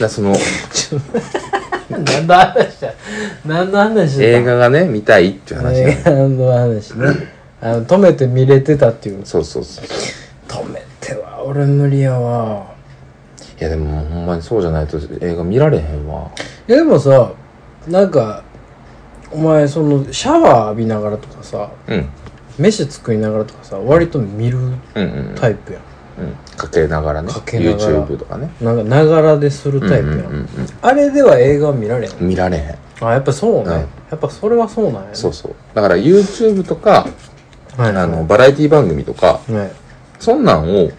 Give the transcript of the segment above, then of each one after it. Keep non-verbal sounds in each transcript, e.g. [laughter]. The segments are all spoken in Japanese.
らその何の話だ何の話だ映画がね見たいっていう話が映ね画の話ねあの止めて見れてたっていうそうそうそう止めては俺無理やわいやでもほんまにそうじゃないと映画見られへんわいやでもさなんかお前そのシャワー浴びながらとかさうん飯作りながらとかさ割と見るうんうんタイプやんうんかけながらねかけながら YouTube とかねなんかながらでするタイプやうん,、んうんうんあれでは映画見られんうん見られへんあやっぱそうね、うんやっぱそれはそうなんやねそうそうだから YouTube とかはいあのバラエティ番組とかねそんなんを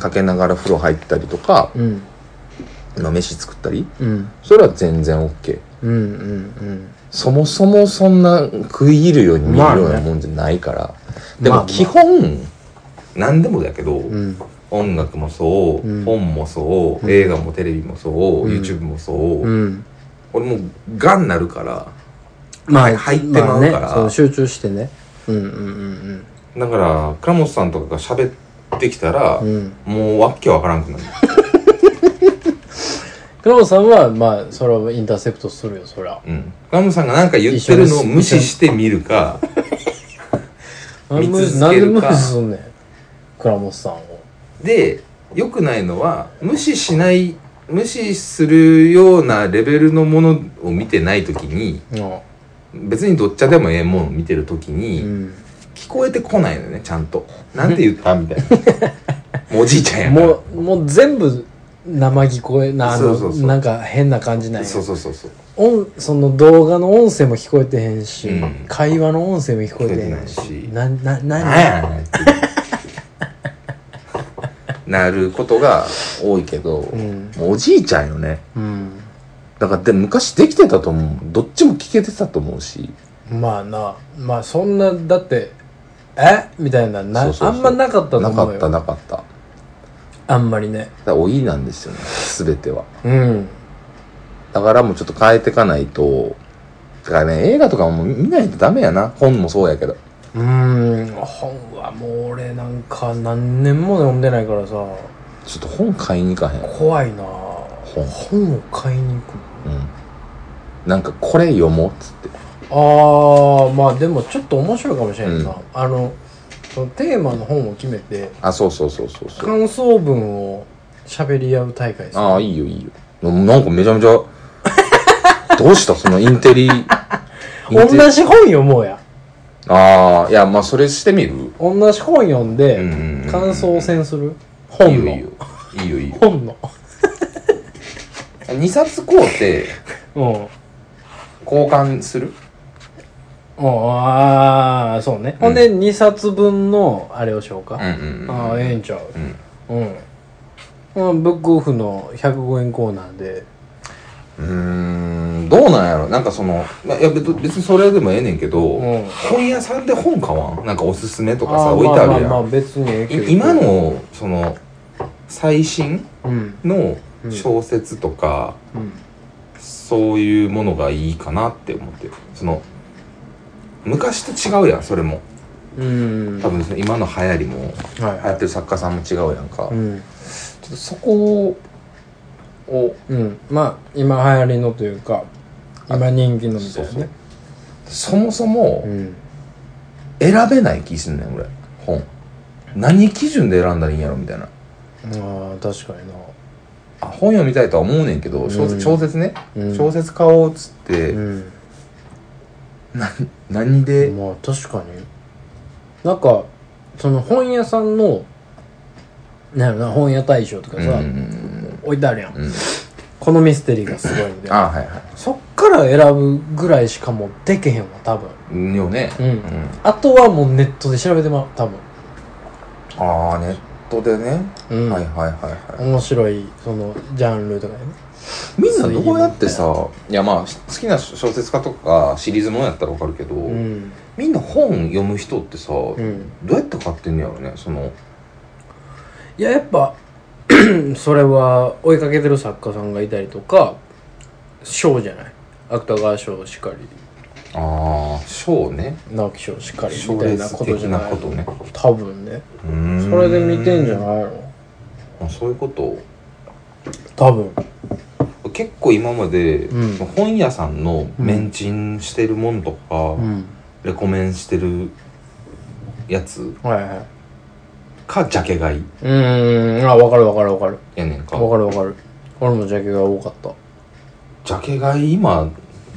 かけながら風呂入ったりとかうんの飯作ったりうんそれは全然 OK うんうんそもそもそんな食い入るように見るようなもんじゃないから、でまあもまあ基本何でもだけど、うんうん音楽もそう、うん本もそう、うん映画もテレビもそう、うん YouTube もそう、うん俺もうがんなるからまあ入ってまうからね、その集中してねうんうんうんだから倉本さんとかが喋ってきたら、うんうんもうわっけわからんくなる倉本さんはまあそれはインターセプトするよそりゃうん倉本さんが何か言ってるのを無視して見るかなんで見続けるかなんで無視すんねん倉本さんをで良くないのは無視しない無視するようなレベルのものを見てない時に別にどっちでもええもん見てる時うに、ん聞こえてこないのよねちゃんとなんて言ったみたいなもうおじいちゃんやから [laughs] もうもう全部生聞こえなあのそうそうそうなんか変な感じなんやそうそうそうそう音その動画の音声も聞こえてへんし、うん会話の音声も聞こえてへんし聞こえてないしななななんやねんっていうなることが多いけど、んもうおじいちゃんよねうんだからで昔できてたと思うどっちも聞けてたと思うしまあなまあそんなだってえみたいななそうそうそうあんまなかったと思なうかよったなかっただかあんまりねら老いなんですよね全てはうんだからもうちょっと変えていかないとだからね映画とかも見ないとダメやな本もそうやけどうーん本はもう俺なんか何年も読んでないからさちょっと本買いに行かへん怖いな本本を買いに行くうんなんかこれ読もうっつってああまあでもちょっと面白いかもしれないな、うんあのそのテーマの本を決めてあそうそうそうそうそう感想文を喋り合う大会ですああいいよいいよななんかめちゃめちゃ [laughs] どうしたそのインテリイン同テリじ本読もうやああいやまあそれしてみる同じ本読んでうんうんうん感想戦する本のいいよいいよいいよいいよ本の2冊買うてうん交換するうんああそうね、ほんで2冊分のあれをしようか、うんうんうんああええんちゃううんうん、うん、ブックオフの105円コーナーでうーんどうなんやろなんかそのいやいや別別にそれでもええねんけど、うん本屋さんで本買わんなんかおすすめとかあさー置いてあるやん、まあまあまあ別にええけどい今のその最新うんの小説とか、うんそういうものがいいかなって思ってるその昔と違うやんそれもうん多分その今の流行りもは流い行はってる作家さんも違うやんか、いうん、ちょっとそこをうん、まあ今流行りのというか今人気のみたそいうなそうねそもそもうん選べない気すんねん俺本何基準で選んだらいいんやろみたいなああ確かになあ本読みたいとは思うねんけど小うん説小説ね、うん小説買おうっつって、うん何で、まあ確かになんかその本屋さんのなんやろな本屋大賞とかうんうさ、んうん置いてあるやん、うんこのミステリーがすごいんであはいはそっから選ぶぐらいしかもうでけへんわ多分いよね、うんあとはもうネットで調べてまう多分、ああネットでね、うんはいはいはいはい面白いそのジャンルとかねみんなどうやってさいやまあ好きな小説家とかシリーズものやったらわかるけど、うんみんな本読む人ってさ、うんどうやって買ってんのやろねそのいややっぱ [clears throat] それは追いかけてる作家さんがいたりとか賞じゃない芥川賞しかりああ賞ね直木賞しかりみ賞たレいーなスこと的じゃなないことね多分ねうーんそれで見てんじゃないのあそういうこと多分結構今まで、うん本屋さんのメンチンしてるもんとか、うんレコメンしてるやつはいはいかジャケ買いうーんあ分かる分かる分かるやねんか分かる分かる俺もジャケが多かったジャケ買い今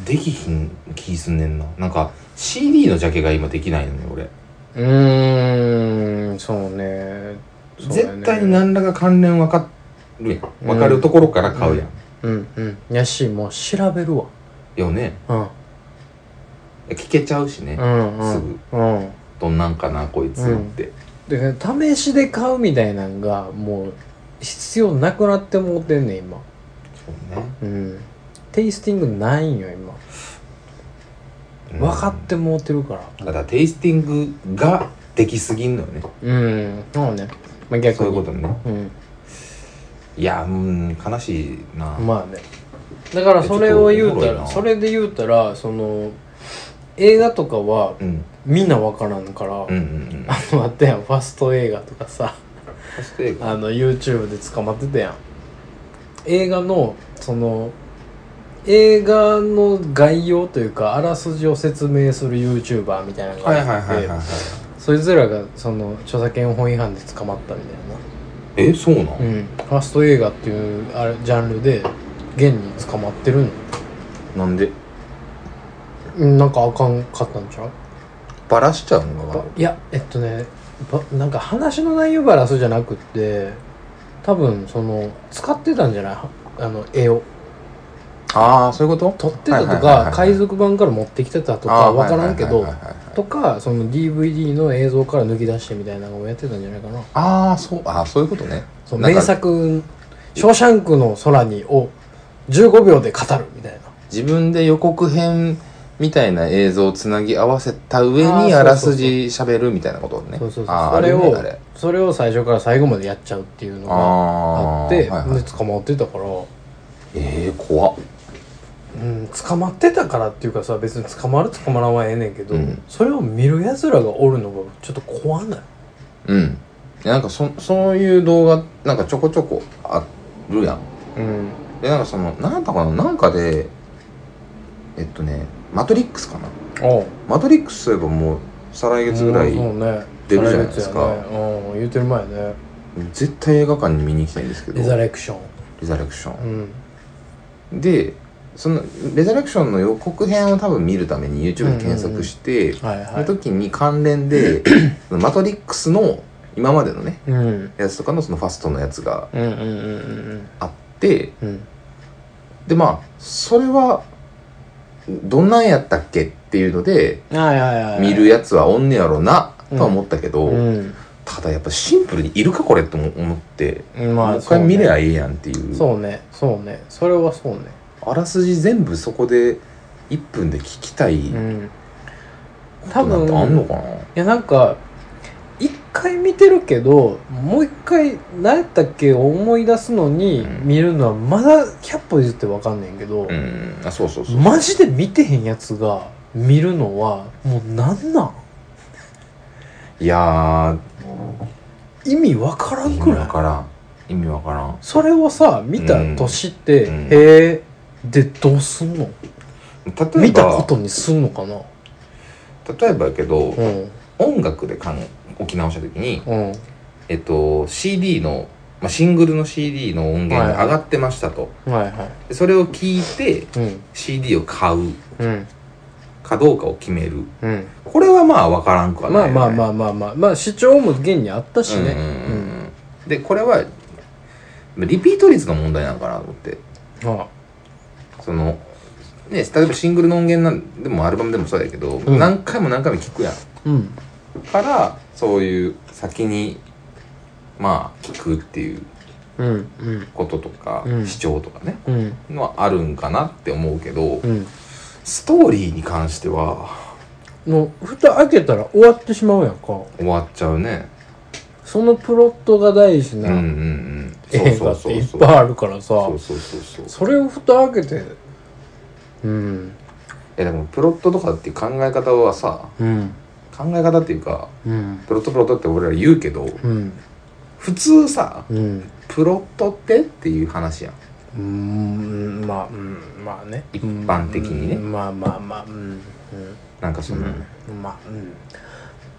できひん気すんねんななんか CD のジャケ買い今できないのね俺うーんそうねそうだよね絶対に何らか関連分かるやん分かるところから買うやん、うんうんやしもう調べるわよねうん聞けちゃうしねう、んうすんぐうんどんなんかなこいつって、で試しで買うみたいなんがもう必要なくなってもうてんねん今そうねうんテイスティングないんよ今うん分かってもうてるからだからテイスティングができすぎんのよねうんそうねまあ逆そにういうことねうんいやうん悲しいな、まあねだからそれを言うちょっとおたもろいらなそれで言うたらその映画とかはうん、みんな分からんから、うんうんうんあのあったやんファスト映画とかさそしてあの YouTube で捕まってたやん映画のその映画の概要というかあらすじを説明する YouTuber みたいなのはいはいがあはっいはいてはいそいつらがその著作権法違反で捕まったみたいえそうなの、な、うん、ファスト映画っていうあれジャンルで現に捕まってるのなんでうんなんかあかんかったんちゃうバラしちゃうのかないやえっとねばなんか話の内容バラスじゃなくって多分その使ってたんじゃないあの絵をああそういうこと撮ってたとか、はいはいはいはい海賊版から持ってきてたとあかー分からんけはどいはいはいはいはいとかその DVD の映像から抜き出してみたいなのをやってたんじゃないかなああそうあーそういうことねそのなんか名作「ショーシャンクの空に」を15秒で語るみたいな自分で予告編みたいな映像をつなぎ合わせた上あにーそうそうそうあらすじ喋るみたいなことねそうそうそうあーそれあをねあれそれを最初から最後までやっちゃうっていうのがああっーてはいはいで捕まってたからええ怖っうん、捕まってたからっていうかさ別に捕まる捕まらんはええねんけど、うんそれを見るやつらがおるのがちょっと怖ないうんなんかそそういう動画なんかちょこちょこあるやんうんでなんかそのなんだかななんかでえっとね「マトリックス」かなおう「マトリックス」といえばもう再来月ぐらいもうそうね出るじゃないですか再来月やねうん言うてる前ね絶対映画館に見に行きたいんですけどレザレクションレザレクションうんでそのレザレクションの予告編を多分見るために YouTube で検索して、はいそはのい時に関連 [clears throat] で「そのマトリックス」の今までのねうんうんやつとかのそのファストのやつがうんうんあってうんうんでまあそれはどんなんやったっけっていうのではいはいはい見るやつはおんねやろなとは思ったけど、うんただやっぱシンプルに「いるかこれ」って思思って、まもあう一回見りゃえいえやんっていうそうねそうねそれはそうねあらすじ全部そこで1分で聞きたい、うんことなんてあんのかないやなんか一回見てるけどもう一回何やったっけ思い出すのにうん見るのはまだ100歩譲って分かんねんけど、うんあそうそうそう、マジで見てへんやつが見るのはもうなんなんいや意味分からーん意く味らわいからん意味わからんそれをさ見た年って、うんうんへえでどうすんの例え見たこばとにすんのかな例えばやけどうん音楽でかん置き直した時に、うんえっと、CD の、まあ、シングルの CD の音源が上がってましたと、はいはでそれを聞いていうん CD を買ううんかどうかを決めるうんこれはまあわからんくはまなあい、まあまああまあまあまあ主張も現にあったしねうんうんうんでこれはリピート率の問題なのかなと思ってうんああそのね例えばシングルの音源なんでもアルバムでもそうやけど、うん何回も何回も聞くやんうんからそういう先にまあ聞くっていううんうんこととか、うん視聴とかねうんのはあるんかなって思うけど、うんストーリーに関してはもう蓋開けたら終わってしまうやんか終わっちゃうねそのプロットが大事うんなうんうん映画っていっそうぱいあるからさそうそうそうそうそれを蓋開けてうんえでもプロットとかっていう考え方はさうん考え方っていうかうんプロットプロットって俺ら言うけどうん普通さうんプロットってっていう話やんうーんまあ、うん、まあね一般的にねうんまあまあまあうんなんかその、いうんまあ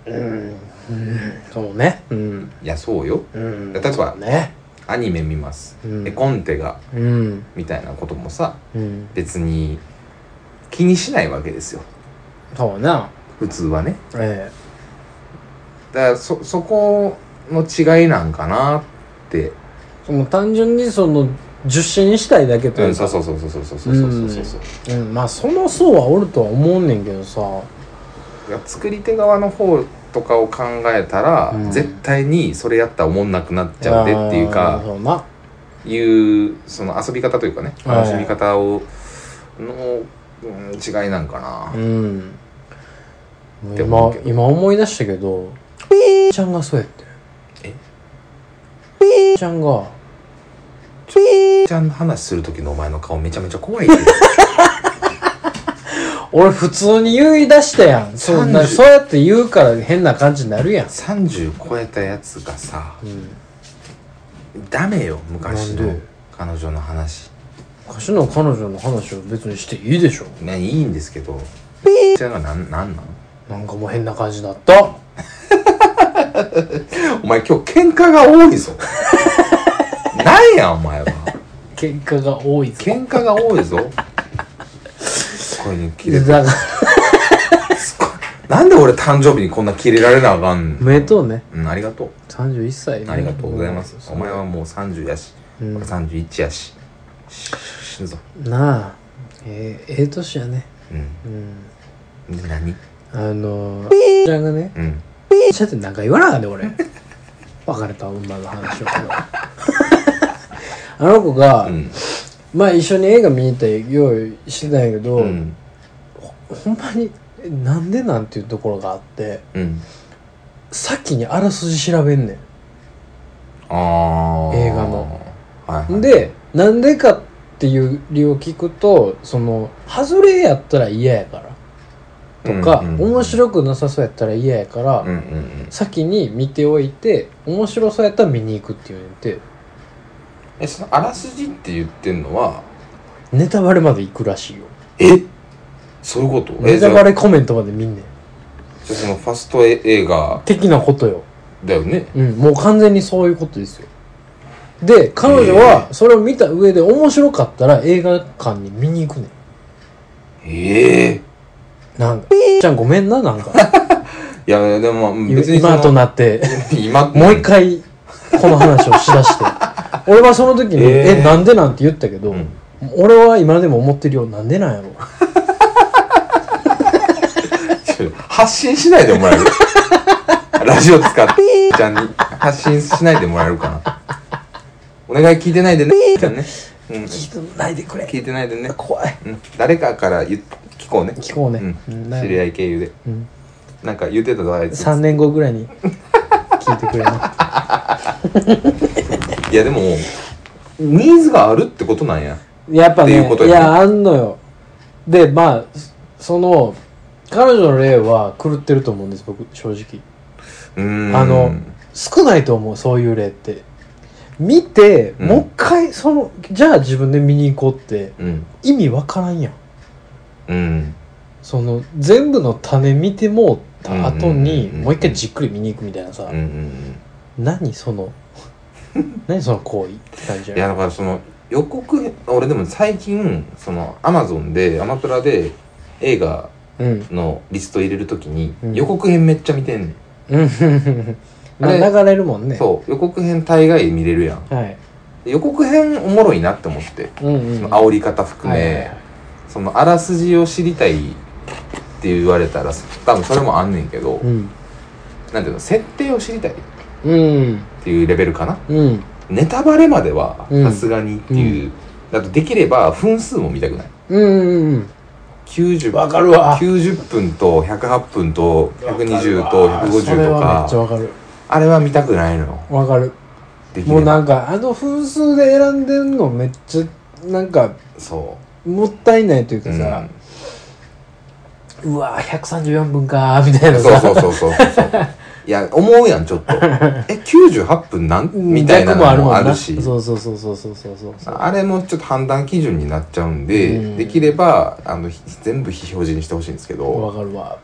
うんうん、うん、そうねうんやそうようん例えばそうねアニメ見ます、うん絵コンテがうんみたいなこともさうん別に気にしないわけですよそうな普通はねえだからそそこの違いなんかなってえその単純にその受信したいだけとういんうそうか、そうそうそうそうそうそうそうそうそううんまあその層はおるとは思うねんけどさだから作り手側の方とかを考えたら、うん絶対にそれやったらおもんなくなっちゃうでっていうあーかそうないうその遊び方というかねはい楽しみ方をの、うん、違いなんかな、うんって思う今けど今思い出したけどピーちゃんがそうやってえピーちゃんがちゃんの話する時のお前の顔めちゃめちゃ怖いけど俺普通に言い出したやんそうな30そうやって言うから変な感じになるやん、 30超えたやつがさうん、ダメよ昔なのんで彼女の話昔の彼女の話を別にしていいでしょねいいんですけどちゃんがなんなんなんなんかもう変な感じになったお前今日喧嘩が多いぞ [laughs] なんやお前は喧嘩が多いぞ喧嘩が多いぞすごいね切れだからすごい [laughs] なんで俺誕生日にこんな切れられなあかんおめでとうねうんありがとう31歳ありがとうございますそお前はもう30やし、うん俺31やしし死ぬぞなあえー、ええ年やねううんんで何あのー、ちゃんがねうんちょっとなんか言わなかったで [laughs] 俺別れた女の話を [laughs] あの子が、うんまあ一緒に映画見に行ったり用意してたんやけど、うんほんまにえなんでなんていうところがあってうん先にあらすじ調べんねああ映画のはい、はんい、でなんでかっていう理由を聞くとその外れやったら嫌やからとか、うんうん面白くなさそうやったら嫌やから、うんうんうん先に見ておいて面白そうやったら見に行くっていうのってえそのあらすじって言ってんのはネタバレまで行くらしいよえそういうことえネじタゃバあレコメントまで見んねんじゃあそのファスト映画的なことよだよねうんもう完全にそういうことですよで彼女はそれを見た上で面白かったら映画館に見に行くねんええなんかちゃんごめんななんかいやいやでもまあ [laughs] 別にその今となって今もう一回この話をしだ [laughs] して俺はその時に「えーえなんで?」なんて言ったけど、うん俺は今でも思ってるよなんでなんやろちょ発信しないでもらえる [laughs] ラジオ使ってちゃんに発信しないでもらえるかなお願い聞いてないでねちゃんね、うん、聞聞かないでくれいてないでね、怖いうん、誰かから言っ聞こうね聞こうね、うんな知り合い経由でうんなんか言ってたぞあいつ3年後ぐらいに聞いてくれないやでもニーズがあるってことなんややっぱ [laughs] ねっていうことよねやあんのよでまあその彼女の例は狂ってると思うんです僕正直うーんあの少ないと思うそういう例って見て、うんもう一回そのじゃあ自分で見に行こうってうん意味わからんやんうんその全部の種見てもうたうんうん後にうんうんもう一回じっくり見に行くみたいなさ、うんうん何 [laughs] その何その行為って感じいやだからその予告俺でも最近そのアマゾンでアマプラで映画うんのリスト入れるときにうん予告編めっちゃ見てんねん、うんまああれ流れるもんねそう予告編大概見れるやんはいで予告編おもろいなって思ってうんうん、その煽り方含め、そのあらすじを知りたいって言われたら多分それもあんねんけど、うんなんていうの設定を知りたいっうんていうレベルかなうんネタバレまではうんさすがにっていう、だとできれば分数も見たくないうんうん90わかるわ90分と108分と120とそ150れとはめっちかゃわかるあれは見たくないのよわかるできもうればなんかあの分数で選んでんのめっちゃなんかそもったいないというう、うかん、さ、うわー134分かーみたいなそうさ [laughs] そうそうそうそういや思うやんちょっとえ98分なんみたいな逆もあるのもんもなあるしそうそうそうそうそうそうそうあれもちょっと判断基準になっちゃうんで、うんできればあのひ全部非表示にしてほしいんですけわどかるわ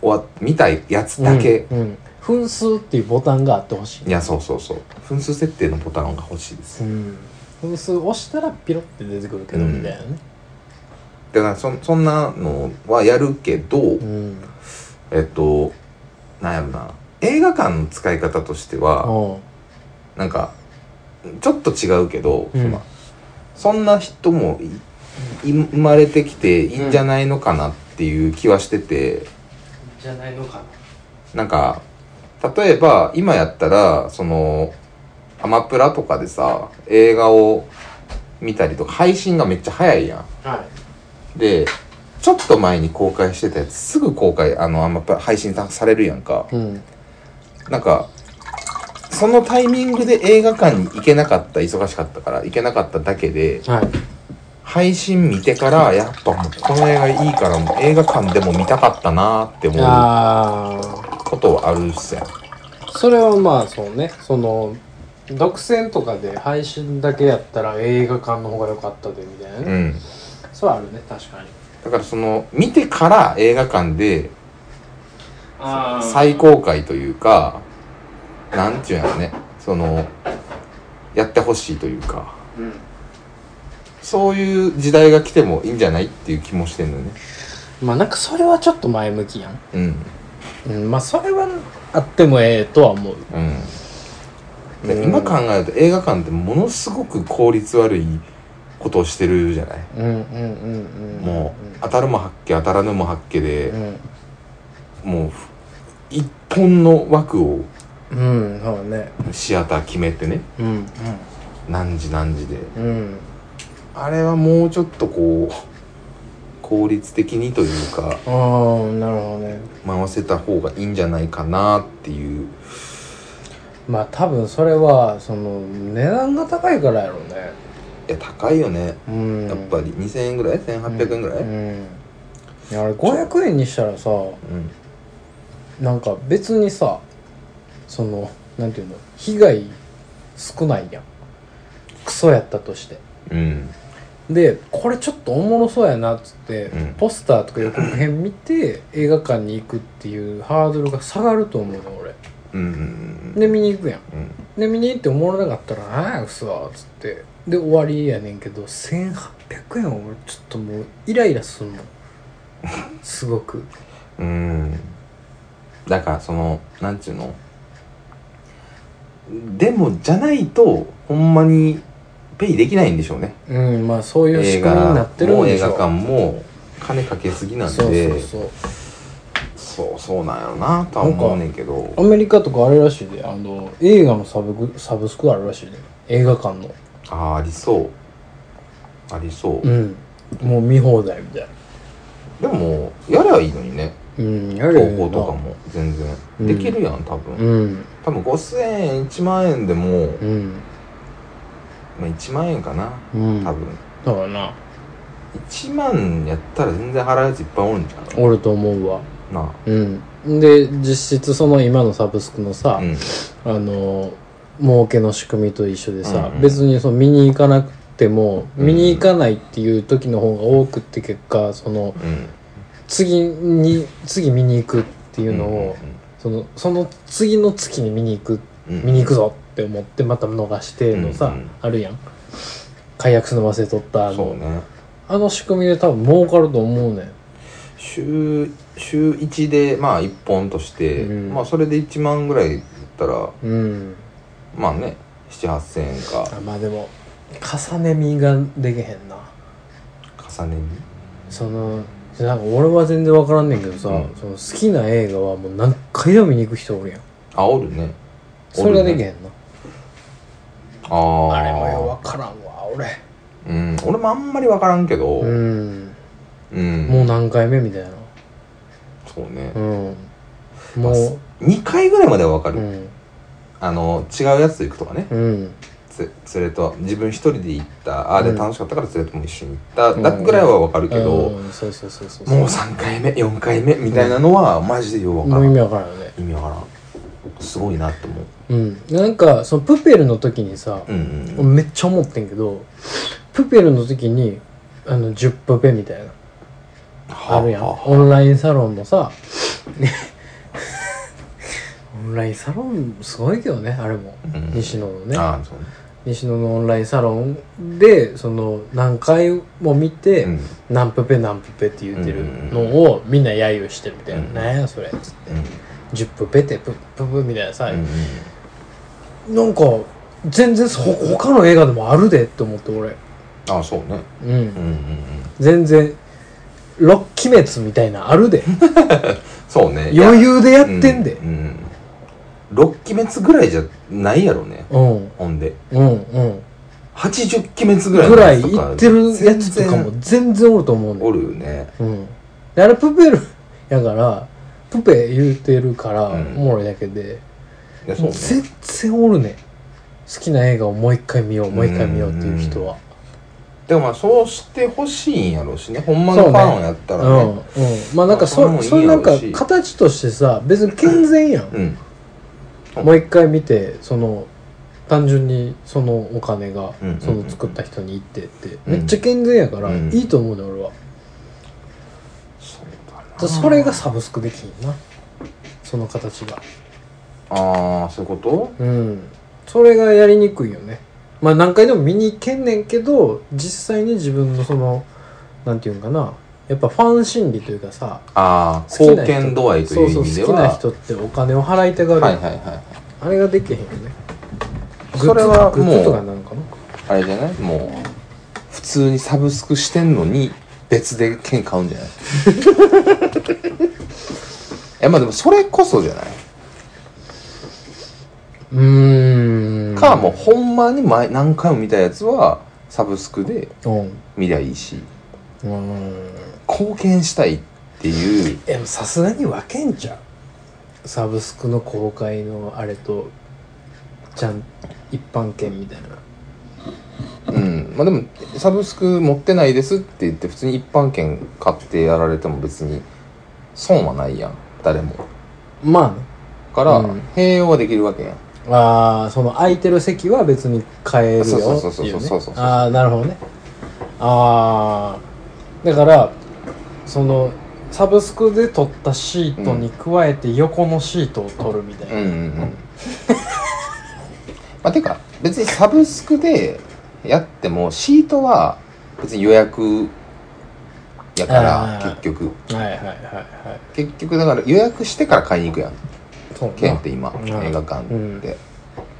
終わ見たやつだけ、うんうん分数っていうボタンがあってほしいいやそうそうそう分数設定のボタンが欲しいですうん分数押したらピロって出てくるけどうんみたいなねだからそそんなのはやるけど、うんえっとなんやろな映画館の使い方としてはおうなんかちょっと違うけど、うんそのそんな人もいい生まれてきていいんじゃないのかなっていう気はしてて、じゃないのかななんか例えば今やったらそのアマプラとかでさ映画を見たりとか配信がめっちゃ早いやん。はいでちょっと前に公開してたやつすぐ公開あのアマプラ配信さされるやんか。うんなんかそのタイミングで映画館に行けなかった忙しかったから行けなかっただけではい配信見てからやっぱもうこの映画いいからもう映画館でも見たかったなーって思うああことはあるっすやんそれはまあそうねその独占とかで配信だけやったら映画館の方が良かったでみたいなうね、んそうあるね確かにだからその見てから映画館であー再公開というかなんていうんやろねそのやってほしいというかうんそういう時代が来てもいいんじゃないっていう気もしてんのよねまあなんかそれはちょっと前向きやん、うんうん、まあそれはあってもええとは思ううん、うんで今考えると映画館ってものすごく効率悪いことをしてるじゃない、うんうんうんうんもう当たるも八卦当たらぬも八卦でう、んもう一本の枠をうんそうだねシアター決めてねうん何時何時でうんうんあれはもうちょっとこう効率的にというかああなるほどね回せた方がいいんじゃないかなっていうまあ多分それはその値段が高いからやろうねいや高いよねうんやっぱり2000円ぐらい1800円ぐらい、ううんんいやあれ500円にしたらさなんか別にさそのなんていうの被害少ないやんクソやったとしてうんでこれちょっとおもろそうやなっつって、うんポスターとか予告編見て映画館に行くっていうハードルが下がると思うの俺うんうんで見に行くやんうんで見に行っておもろなかったら「なんやくそ」っつってで終わりやねんけど1800円は俺ちょっともうイライラする [laughs] もんすごくうんだからそのなんちゅうのでもじゃないとほんまにペイできないんでしょうねうんまあそういう仕映組みにな画ってるんもで映しょ画館も金かけすぎなんでそうそうそうそうそうなんやろなとは思うねんけどアメリカとかあれらしいであの映画のサブクサブスクあるらしいで映画館のああありそうありそう、うんもう見放題みたいでなももうやればいいのにねうんやるよ高校とかも全然、うんできるやん多分、うん多分5000円1万円でも、うんまあ、1万円かなうん多分、だからな1万やったら全然払うやついっぱいおるんじゃおると思うわうなうんで実質その今のサブスクのあさ、うんあの儲けの仕組みと一緒でさ、うんうん別にその見に行かなくてもうん見に行かないっていう時の方が多くって結果そのうん次に次見に行くっていうのを、そのその次の月に見に行くうんうん見に行くぞって思ってまた逃してのさ、うんうんあるやん解約するの忘れとったあのそうねあの仕組みで多分儲かると思うねん週週1でまあ1本として、うんまあそれで1万ぐらいだったらうんまあね78000円かあまあでも重ね見ができへんな重ねにそのなんか俺は全然分からんねんけどさ、うんその好きな映画はもう何回でも見に行く人おるやんあおるねそれができんへんな、あーあれもよ分からんわ俺うん俺もあんまり分からんけどううん、んもう何回目みたいなそうねう、んまあも2回ぐらいまでは分かうる、うんあの違うやつと行くとかね、うんつ連れと自分一人で行ったあーうんで楽しかったから連れとも一緒に行った、うんだぐらいは分かるけど、うんそうそうそうそうもう3回目4回目みたいなのはマジでよう分かもら、うん意味わからんよね意味わからんすごいなって思ううんなんかそのプペルの時にさ、うんうんめっちゃ思ってんけどプペルの時にあの10プペみたいなあるやんはあオンラインサロンもさ、 [laughs] ねオンラインサロンすごいけどねあれも、うん西野のねああそうね西野のオンラインサロンでその何回も見て、うん何プペ何プペって言ってるのをみんな揶揄してるみたいな「うんなんやそれ」っつってうん「10プペってプッププ」みたいなさ、うんうんなんか全然そ他の映画でもあるでって思って俺ああそうねうん、うんうんうん全然「ロッキ滅」みたいなあるでそうね [laughs] いや余裕でやってんでううん6期滅ぐらいじゃないやろねうんほんでうんうん80期滅ぐらいのぐらやいつとか行ってるやつとかも全然全然おると思うねんおるよねうん、であれプペルやからプペ言うてるから、うんおもろいだけで、いやそうね全然おるね好きな映画をもう一回見ようもう一回見ようっていう人はでもまあそうしてほしいんやろうしねほんまのファンをやったうらん、ねうん、まあなんかそ,、まあそそうれもいいういやなろんうかし形としてさ別に健全やん、うんもう一回見てその単純にそのお金がうんその作った人に行ってってうんめっちゃ健全やからうんいいと思うね俺はそうだからそれがサブスクできんなその形がああそういうこうんそれがやりにくいよねまあ何回でも見に行けんねんけど実際に自分のそのなんていうんかなやっぱファン心理というかさとああ好きな貢人献度合いという意味ではそうそう好きな人ってお金を払いたがる、はいはいはいはいあれができへんよねそれはグッズグッズとかもなのかなあれじゃないもう普通にサブスクしてんのに別で券買うんじゃない [laughs] いやまあでもそれこそじゃないうーんかもうほんまに前何回も見たやつはサブスクでうん見りゃいいしうん貢献したいっていうでもさすがに分けんちゃうサブスクの公開のあれとちゃん一般券みたいなうんまあでもサブスク持ってないですって言って普通に一般券買ってやられても別に損はないやん誰もまあねからうん併用はできるわけやんああその空いてる席は別に変えるよっていそう、ね、うそうそうそうそうそうそうああなるほどねああだからそのサブスクで取ったシートに加えて横のシートを取るみたいな、うんうんうんまあてか別にサブスクでやってもシートは別に予約やかあらー結局はいはいはいは結局だから予約してから買いに行くやんいそうな券って今うん映画館って、うんだ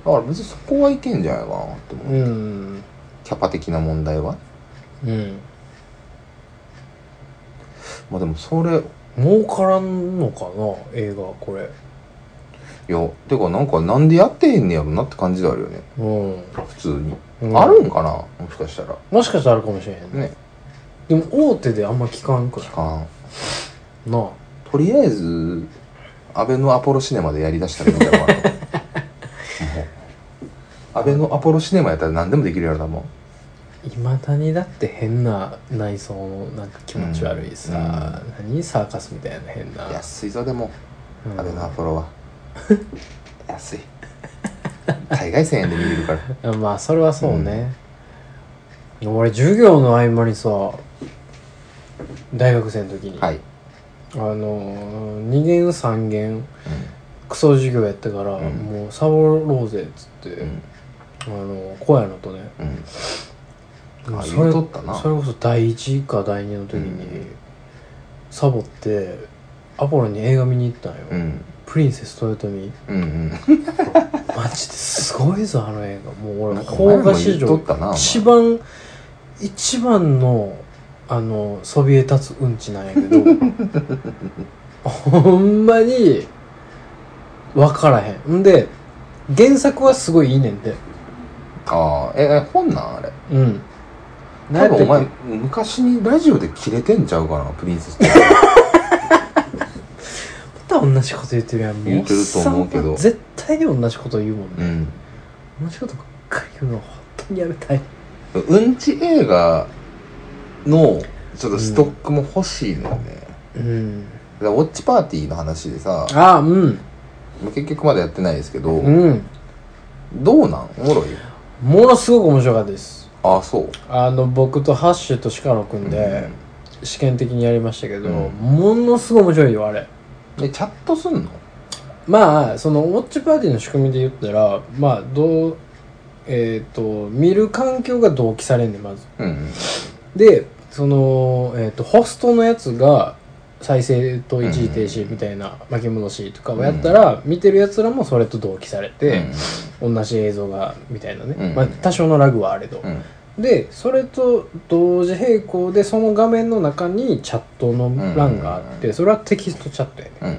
から別にそこはいけんじゃないかなって思う、うんキャパ的な問題はうんまあでもそれ儲からんのかな映画これいやてかなんかなんでやってへんねやろなって感じであるよねうん、普通に、うんあるんかなもしかしたらもしかしたらあるかもしれへんねねでも大手であんま聞かんくらいあーなあとりあえず安倍のアポロシネマでやりだしたらいいんだろうなもう安倍のアポロシネマやったら何でもできるやろなもいまだにだって変な内装のなんか気持ち悪いさ、何サーカスみたいな変な、う安いぞでもうん安倍のアポロは [laughs] 安い海外1000円で見れるからまあそれはそうね、俺授業の合間にさ大学生の時に、はい、あのー、2限3限クソ授業やったから、うんもうサボろうぜっつって、うんあのー、小屋のとねうんあそ言れうとったなそれこそ第1か第2の時に、うんサボってアポロに映画見に行ったんよ、うんプリンセス豊臣うんうんマジですごいぞあの映画もうな俺んか前邦も画史言っと上ったなお前一番一番のあのそびえ立つうんちなんや [laughs] けどほんまに分からへんんで原作はすごいいいねんてああええ本なんあれうん多分おなんや前ったっ昔にラジオで切れてんちゃうかなプリンセスけまた同じこと言ってるやんも言ってると思うけどおっさんは絶対に同じこと言うもんうね、ん同じことばっかり言うの本当にやめたいうんち映画のちょっとストックも欲しいのよね、うんだからウォッチパーティーの話でさああうん結局まだやってないですけど、うんどうなんおもろいものすごく面白かったですあそうあの僕とハッシュと鹿野くんで試験的にやりましたけど、うんものすごい面白いよあれえチャットすんのまあそのウォッチパーティーの仕組みで言ったらまあどうえっ、と見る環境が同期されんねんまずうんでその、えー、とホストのやつが再生と一時停止みたいな巻き戻しとかをやったら、見てるやつらもそれと同期されて、同じ映像がみたいなね、うんまあ、多少のラグはあれど、うんでそれと同時並行でその画面の中にチャットの欄があって、それはテキストチャットやねうん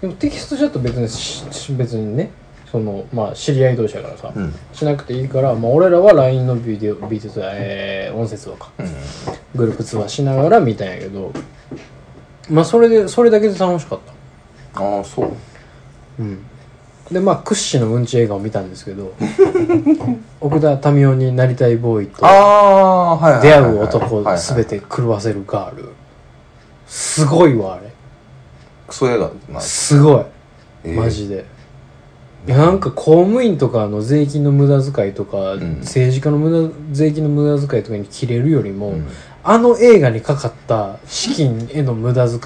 でもテキストチャット別にしし別にねそのまあ知り合い同士やからさ、うんしなくていいから、まあ、俺らは LINE のビデオビデオ、えー音節とかうんグループ通話しながら見たんやけどまあそれでそれだけで楽しかったああそううんでまあ屈指のうんち映画を見たんです [laughs] けど奥田民生になりたいボーイとああはいはい出はい会はいう男はいはい全て狂わせるガールすごいわあれクソ映画なすごいえーマジで、いやなんか公務員とかの税金の無駄遣いとか、ん政治家の無駄税金の無駄遣いとかに切れるよりも、んあの映画にかかった資金への無駄遣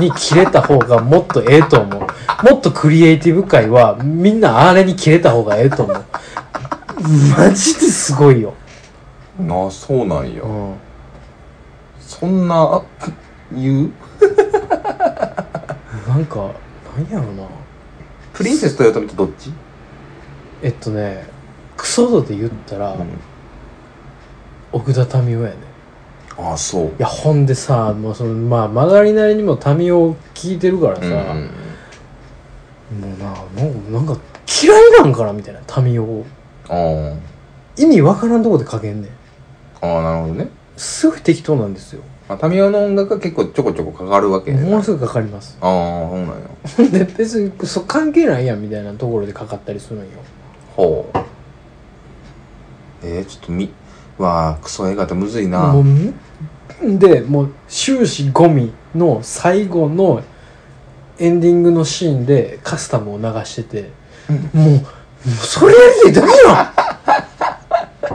いに切れた方がもっとええと思うもっとクリエイティブ界はみんなあれに切れた方がええと思うマジですごいよ、ああそうなんやうん、そんな言うなんかなんやろなプリンセスとヨタミとどっちえっとねクソ度で言ったら、うん奥田民生やねああそういやほんでさもうそのまあ曲がりなりにも民生を聞いてるからさ、うんもうななんかなんか嫌いなんかなみたいな民生をあ意味わからんとこでかけんねんあああなるほどねすごい適当なんですよまあ、民生の音楽が結構ちょこちょこかかるわけものあすごくかかりますあーそうなんやで別にそ関係ないやんみたいなところでかかったりするんよほうえー、ちょっとみわあクソ映画ってむずいなもうんでもう終始ゴミの最後のエンディングのシーンでカスタムを流してて、もうもうそれやりたいだけ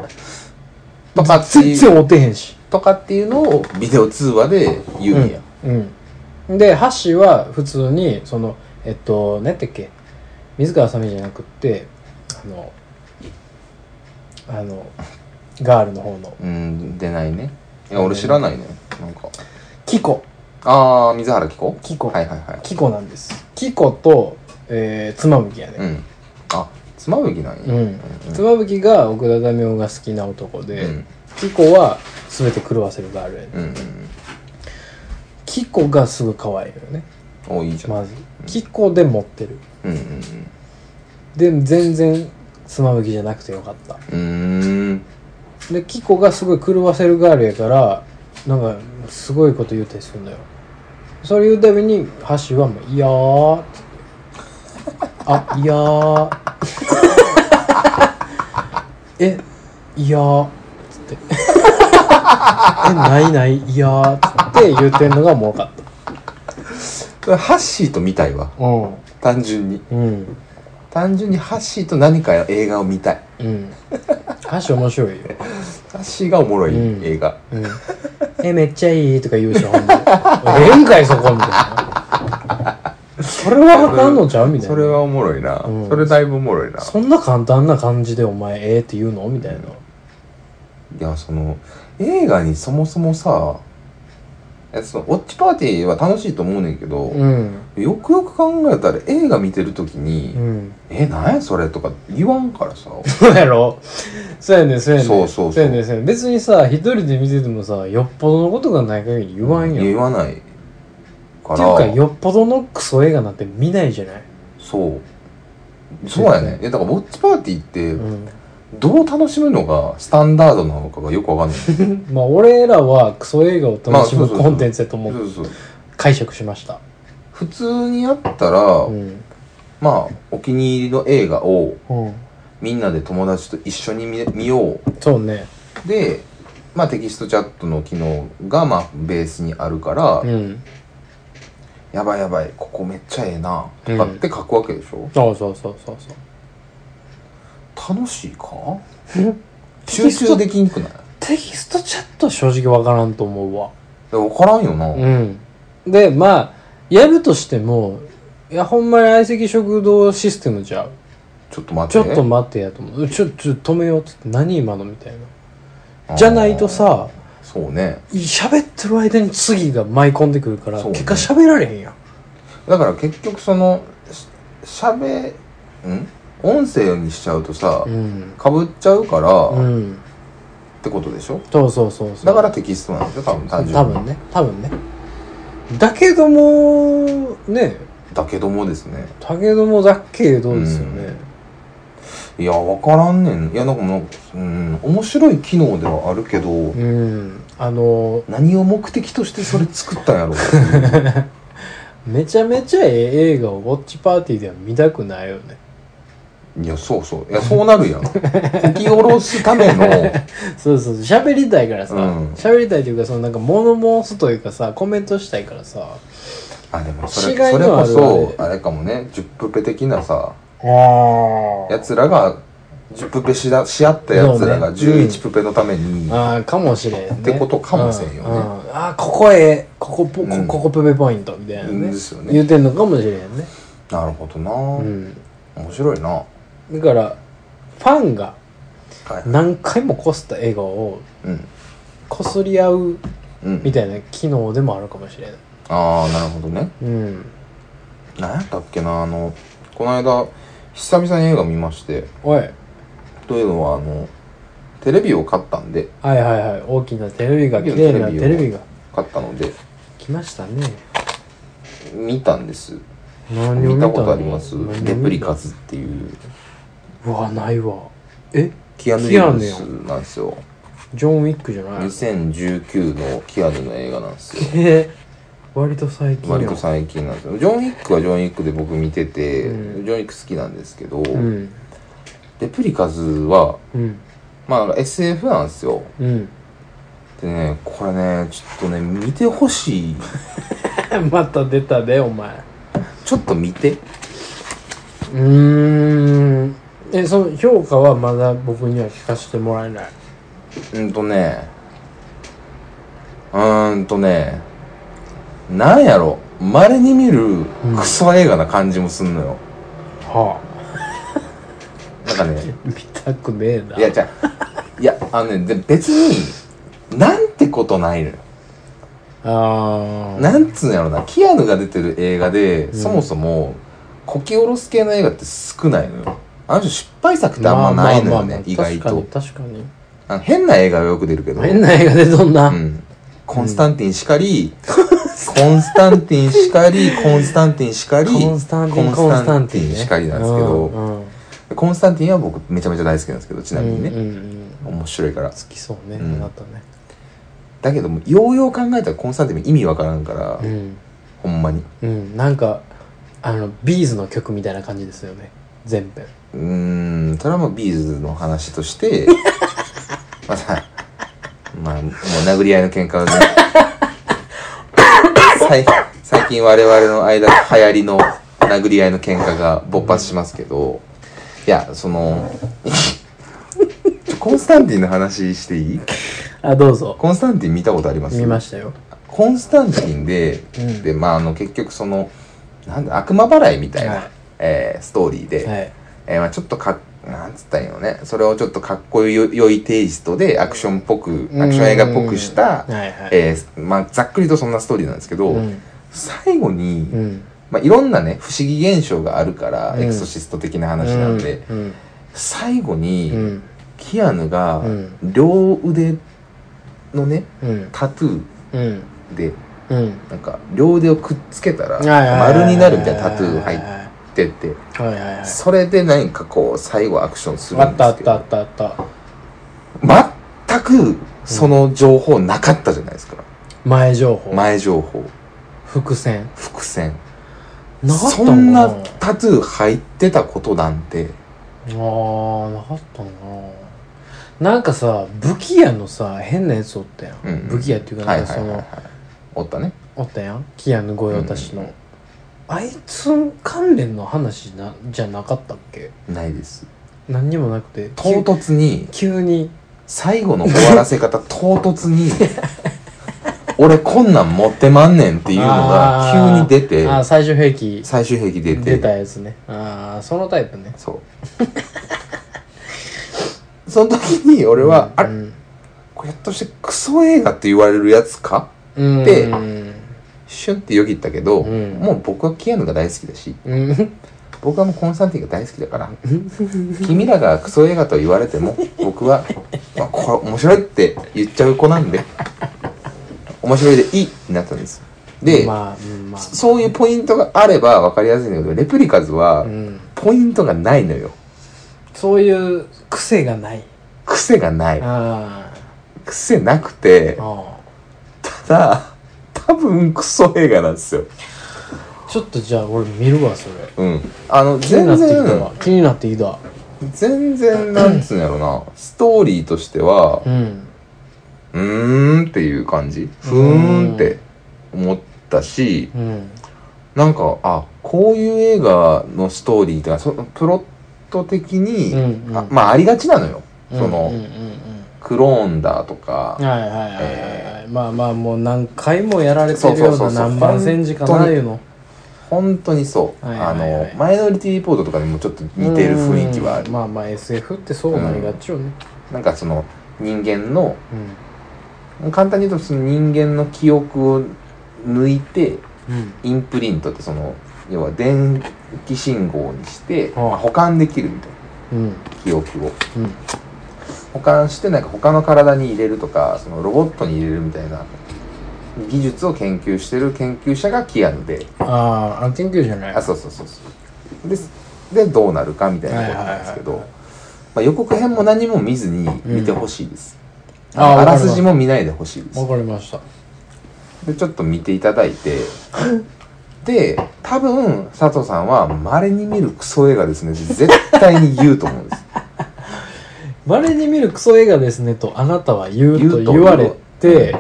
なとかんって全いう然追ってへんしとかっていうのをビデオ通話で言うんや、うん、うん、でハッシーは普通にそのえっと何やったっけ水川あさみじゃなくってあのあのガールの方のうん出ないねいや俺知らないねなんかキコああ水原希子キコ、はいはいはいキコなんですキコと、えー、妻夫木やうねんあつまぶきなんやうん、妻夫木が奥田民生が好きな男で、うんキコは全て狂わせるガールやね、うんうんキコがすごい可愛いよねうんおいいじゃん、まずキコで持ってるうんうんで全然妻夫木じゃなくてよかったうんうーんでキコがすごい狂わせるガールやからなんかすごいこと言うたりするのよそれ言うたびにハシはもう「いやー」ってあいやー」えいやー」っつって「えないないいやー」っつって言うてんのがおもうかったハッシーと見たいわうん単純にうん単純にハッシーと何か映画を見たいうんハシ面白いよハッシーがおもろいうん映画、うん「えめっちゃいい」とか言うしほんで「 [laughs] ええんかいそこ」みたいなそれはあかんのちゃうみたいなそれはおもろいな、うんそれだいぶおもろいなそんな簡単な感じで「お前ええ」って言うのみたいないやその映画にそもそもさいやそのウォッチパーティーは楽しいと思うねんけど、うんよくよく考えたら映画見てる時に「うんえなんやそれ?」とか言わんからさそうやろそうやねんそうやねんそうそうそうやねんそうやねん別にさ一人で見ててもさよっぽどのことがない限り言わんやん、言っわないかていうからよっぽどのクソ映画なんて見ないじゃないそうそうやね絶対いやだからウォッチパーティーって、うんどう楽しむのがスタンダードなのかがよくわかんないまあ俺らはクソ映画を楽しまあそうむそうそうコンテンツやとそ思ううそう解釈しました普通にやったら、うんまあお気に入りの映画をうんみんなで友達と一緒に見見ようそうねで、まあ、テキストチャットの機能がまあベースにあるから、うんやばいやばいここめっちゃええなとかって書くわけでしょ、そうそうそうそうそう楽しいか集中できんくないテキストチャットは正直わからんと思うわ分からんよな、うんでまあやるとしてもいやほんまに相席食堂システムじゃうちょっと待ちょっってと待ってやと思うちょちょっと止めようっつって何今のみたいあなーじゃないとさそうね喋ってる間に次が舞い込んでくるから、そうね結果喋られへんやんだから結局そのししゃべん音声にしちゃうとさうんかぶっちゃうから、うっんてことでしょそうそうそうそうだからテキストなんですよ多分単純多に分ね多分ねだけどもねだけどもですねだけどもだけどですよね、いや分からんねんいやなんかもう、うん、面白い機能ではあるけど、うん、あの何を目的としてそれ作ったんやろう [laughs] っていうめちゃめちゃええ映画をウォッチパーティーでは見たくないよねいやそうそういやそうなるや [laughs] んこき下ろすためのそうそうそう喋りたいからさうん喋、りたいというかそのなんか物申すというかさコメントしたいからさあでもそれ違いのあるそれこそああれかもね10プペ的なさああやつらが10プペしだし合ったやつらがそうね11プペのために、ああかもしれん、ね、ってことかもしれんよねううああここへここポこうんここペペポイントみたいなねですよね言うてんのかもしれんねなるほどな、うん面白いなはだからファンがい何回もこすった笑顔をうんこすり合ううんみたいな機能でもあるかもしれないああなるほどねうん何やったっけなあのこの間久々に映画見ましておいはいというのはあのテレビを買ったんではいはい大きなテレビが綺大麗なきなテレテビをレビが買ったので来ましたね見たんです何を見見たたことあります何を見たレプリカズっていううわないわえキアヌ・リキアーヌブやんスなんですよジョン・ウィックじゃない2019のキアヌの映画なんですよえ割と最近や割と最近なんですよジョン・ウィックはジョン・ウィックで僕見てて、うんジョン・ウィック好きなんですけど、うんレプリカズはうんまあ SF なんですようんでねこれねちょっとね見てほしい [laughs] また出たでお前ちょっと見てうーんえその評価はまだ僕には聞かせてもらえないうんとねうーんとねなんやろ稀に見るクソ映画な感じもすんのよ、はなん [laughs] かねあ見たくねえないや、じゃあいや、あのね、で別に、なんてことないのよ。ああなんつうんやろな、キアヌが出てる映画で、そもそも、こき下ろす系の映画って少ないのよ。あの人失敗作ってあんまないのよね、意外と。確かにあの変な映画がよく出るけど。確かに変な映画でどんな、うん。コンスタンティンしかり、コンスタンティンしかり、コンスタンティンしかり、コンスタンティンコンスタンティンねしかりなんですけうど、んうんコンスタンティンは僕めちゃめちゃ大好きなんですけど、ちなみにうんうね。んうん好面白いから。きそうね、うんあなたねだけどもようよう考えたらコンスタンティン意味わからんから、うんほんまにうんなんかあのビーズの曲みたいな感じですよね全編うーんそれはもうビーズの話として [laughs] またまあもう殴り合いの喧嘩は [laughs] ね最最近我々の間流行りの殴り合いの喧嘩が勃発しますけどいやそ [laughs] のちょコンスタンティンの話していいあどうぞコンスタンティン見たことあります見ましたよコンスタンティンで、うんでまああの結局そのなんだ悪魔払いみたいな、はいえーストーリーで、はいえーまあ、ちょっとかっなんつったらいいのねそれをちょっとかっこよよいテイストでアクションっぽくアクション映画っぽくしたうん、はいはいえーまあ、ざっくりとそんなストーリーなんですけど、うん最後に、うんまあ、いろんなね不思議現象があるから、うんエクソシスト的な話なんで、うん最後に、うんキアヌがうん両腕のねうんタトゥうんーでうんなんか両腕をくっつけたらはいはいはいはい丸になるみたいなタトゥー入っててはいはいはいそれで何かこう最後アクションするあんっでたあすっけどたあったあった全くその情報なかったじゃないですか、前情報前情報伏線伏線なかったそんなタトゥー入ってたことなんてあーなかったななんかさ武器屋のさ変なやつおったやん、うん武器屋っていうかはないんはかいそはいの、はいおったねおったやんキアヌ・ゴヨタシの、あいつ関連の話なじゃなかったっけないです何にもなくて唐突に急に最後の終わらせ方唐突に [laughs] 俺こんなん持ってまんねんっていうのが急に出てあーあー最終兵器最終兵器出て出たやつねああそのタイプねそう [laughs] その時に俺は、あれうんこれひょっとしてクソ映画って言われるやつかうんでうんシュンってよぎったけど、うんもう僕はキアヌが大好きだしうん僕はもうコンスタンティンが大好きだから君らがクソ映画と言われても [laughs] 僕は、まあ、これ面白いって言っちゃう子なんで面白いでいいになったんですで、まあうんまあそういうポイントがあれば分かりやすいんだけどレプリカズはうんポイントがないのよそういう癖がない癖がないあ癖なくーてあただ多分クソ映画なんですよーちょっとじゃあ俺見るわそれうんあの気にな全ってきたわ然気になってきた全然なんつうんやろなストーリーとしてはうんうーんっていう感じふーんって思ったしうんなんかあこういう映画のストーリーってのはそプロット的に、うんうんあまあありがちなのよ、そうんうんのうんクローンだとうんか、はいはいはいはい、えまあまあもう何回もやられてるようそうそうそうそなう何番戦時か本な当にいうの本当にそう、はいはいはいあのマイノリティリポートとかにもちょっと似てる雰囲気はあうるんまあまあ SF ってそうなりがちよねなんかその人間のうん簡単に言うとその人間の記憶を抜いてうんインプリントってその要は電気信号にして、ああまあ保管できるみたいうんな記憶をうん保管してなんか他の体に入れるとかそのロボットに入れるみたいな技術を研究してる研究者がキアヌであーあ研究じゃないあそうそうそうそうででどうなるかみたいなことなんですけど、はいはいまあ、予告編も何も見ずに見てほしいです、うんああわかるらわすじも見ないでほしいですわかりましたでちょっと見ていただいてで多分佐藤さんはまれに見るクソ映画ですねって絶対に言うと思うんです [laughs] 稀に見るクソ映画ですねとあなたは言う言とうと言われて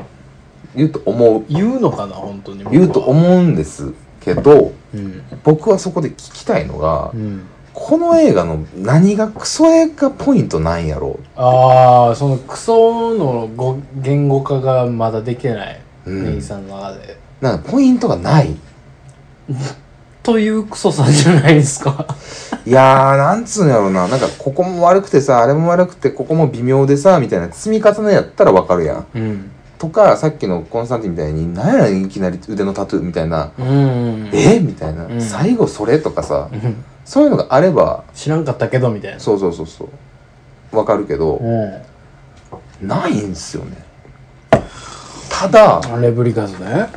言うと思う言うのかな本当に僕は言うと思うんですけどうん僕はそこで聞きたいのが、うんこの映画の何がクソ映画ポイントなんやろああそのクソの語言語化がまだできてない、うんネギさんの中でうなんかポイントがないというクソさんじゃないですかいやーなんつうんやろうななんかここも悪くてさあれも悪くてここも微妙でさみたいな積み重ねやったらわかるやんうんとかさっきのコンスタンティンみたいに何やねんいきなり腕のタトゥーみたいなうんえみたいな、うん最後それとかさうんそういうのがあれば [laughs] 知らんかったけどみたいなそうそうそうそうわかるけど、うないんすよねただんレブリカズね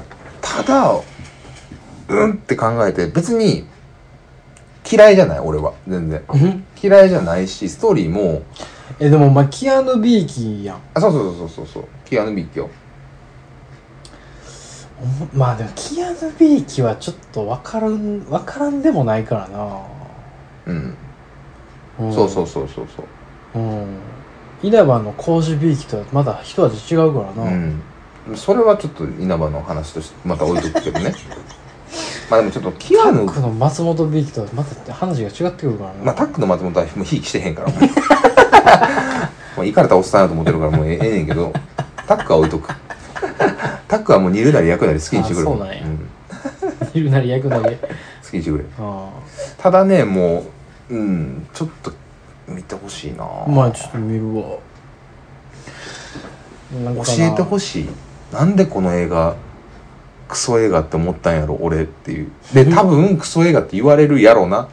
ただうんって考えて別に嫌いじゃない俺は全然うん嫌いじゃないしストーリーもえでもまあキアヌ・ビーキーやんあそうそうそうそうそうキアヌ・ビッキョまあでもキアヌ・ビーキーはちょっと分からん分からんでもないからな、うん、うん、そうそうそうそうそううん稲葉の工事ビーキーとはまだ一味違うからな、うん、それはちょっと稲葉の話としてまた置いとくけどね [laughs] まあでもちょっとキアヌ僕の松本ビーキとはまた話が違ってくるからな、まあ、タックの松本はもうひいきしてへんから [laughs] もうまあいかれたおっさんやと思ってるからもうええええねんけどタックは置いとくタックはもう煮るなり焼くなり好きにしてくれあそうなんやん、言うなり焼くな好りきにしてくれあただねもううんちょっと見てほしいなあまあちょっと見るわなん教かなえてほしいなんでこの映画クソ映画って思ったんやろ俺っていうで多分クソ映画って言われるやろな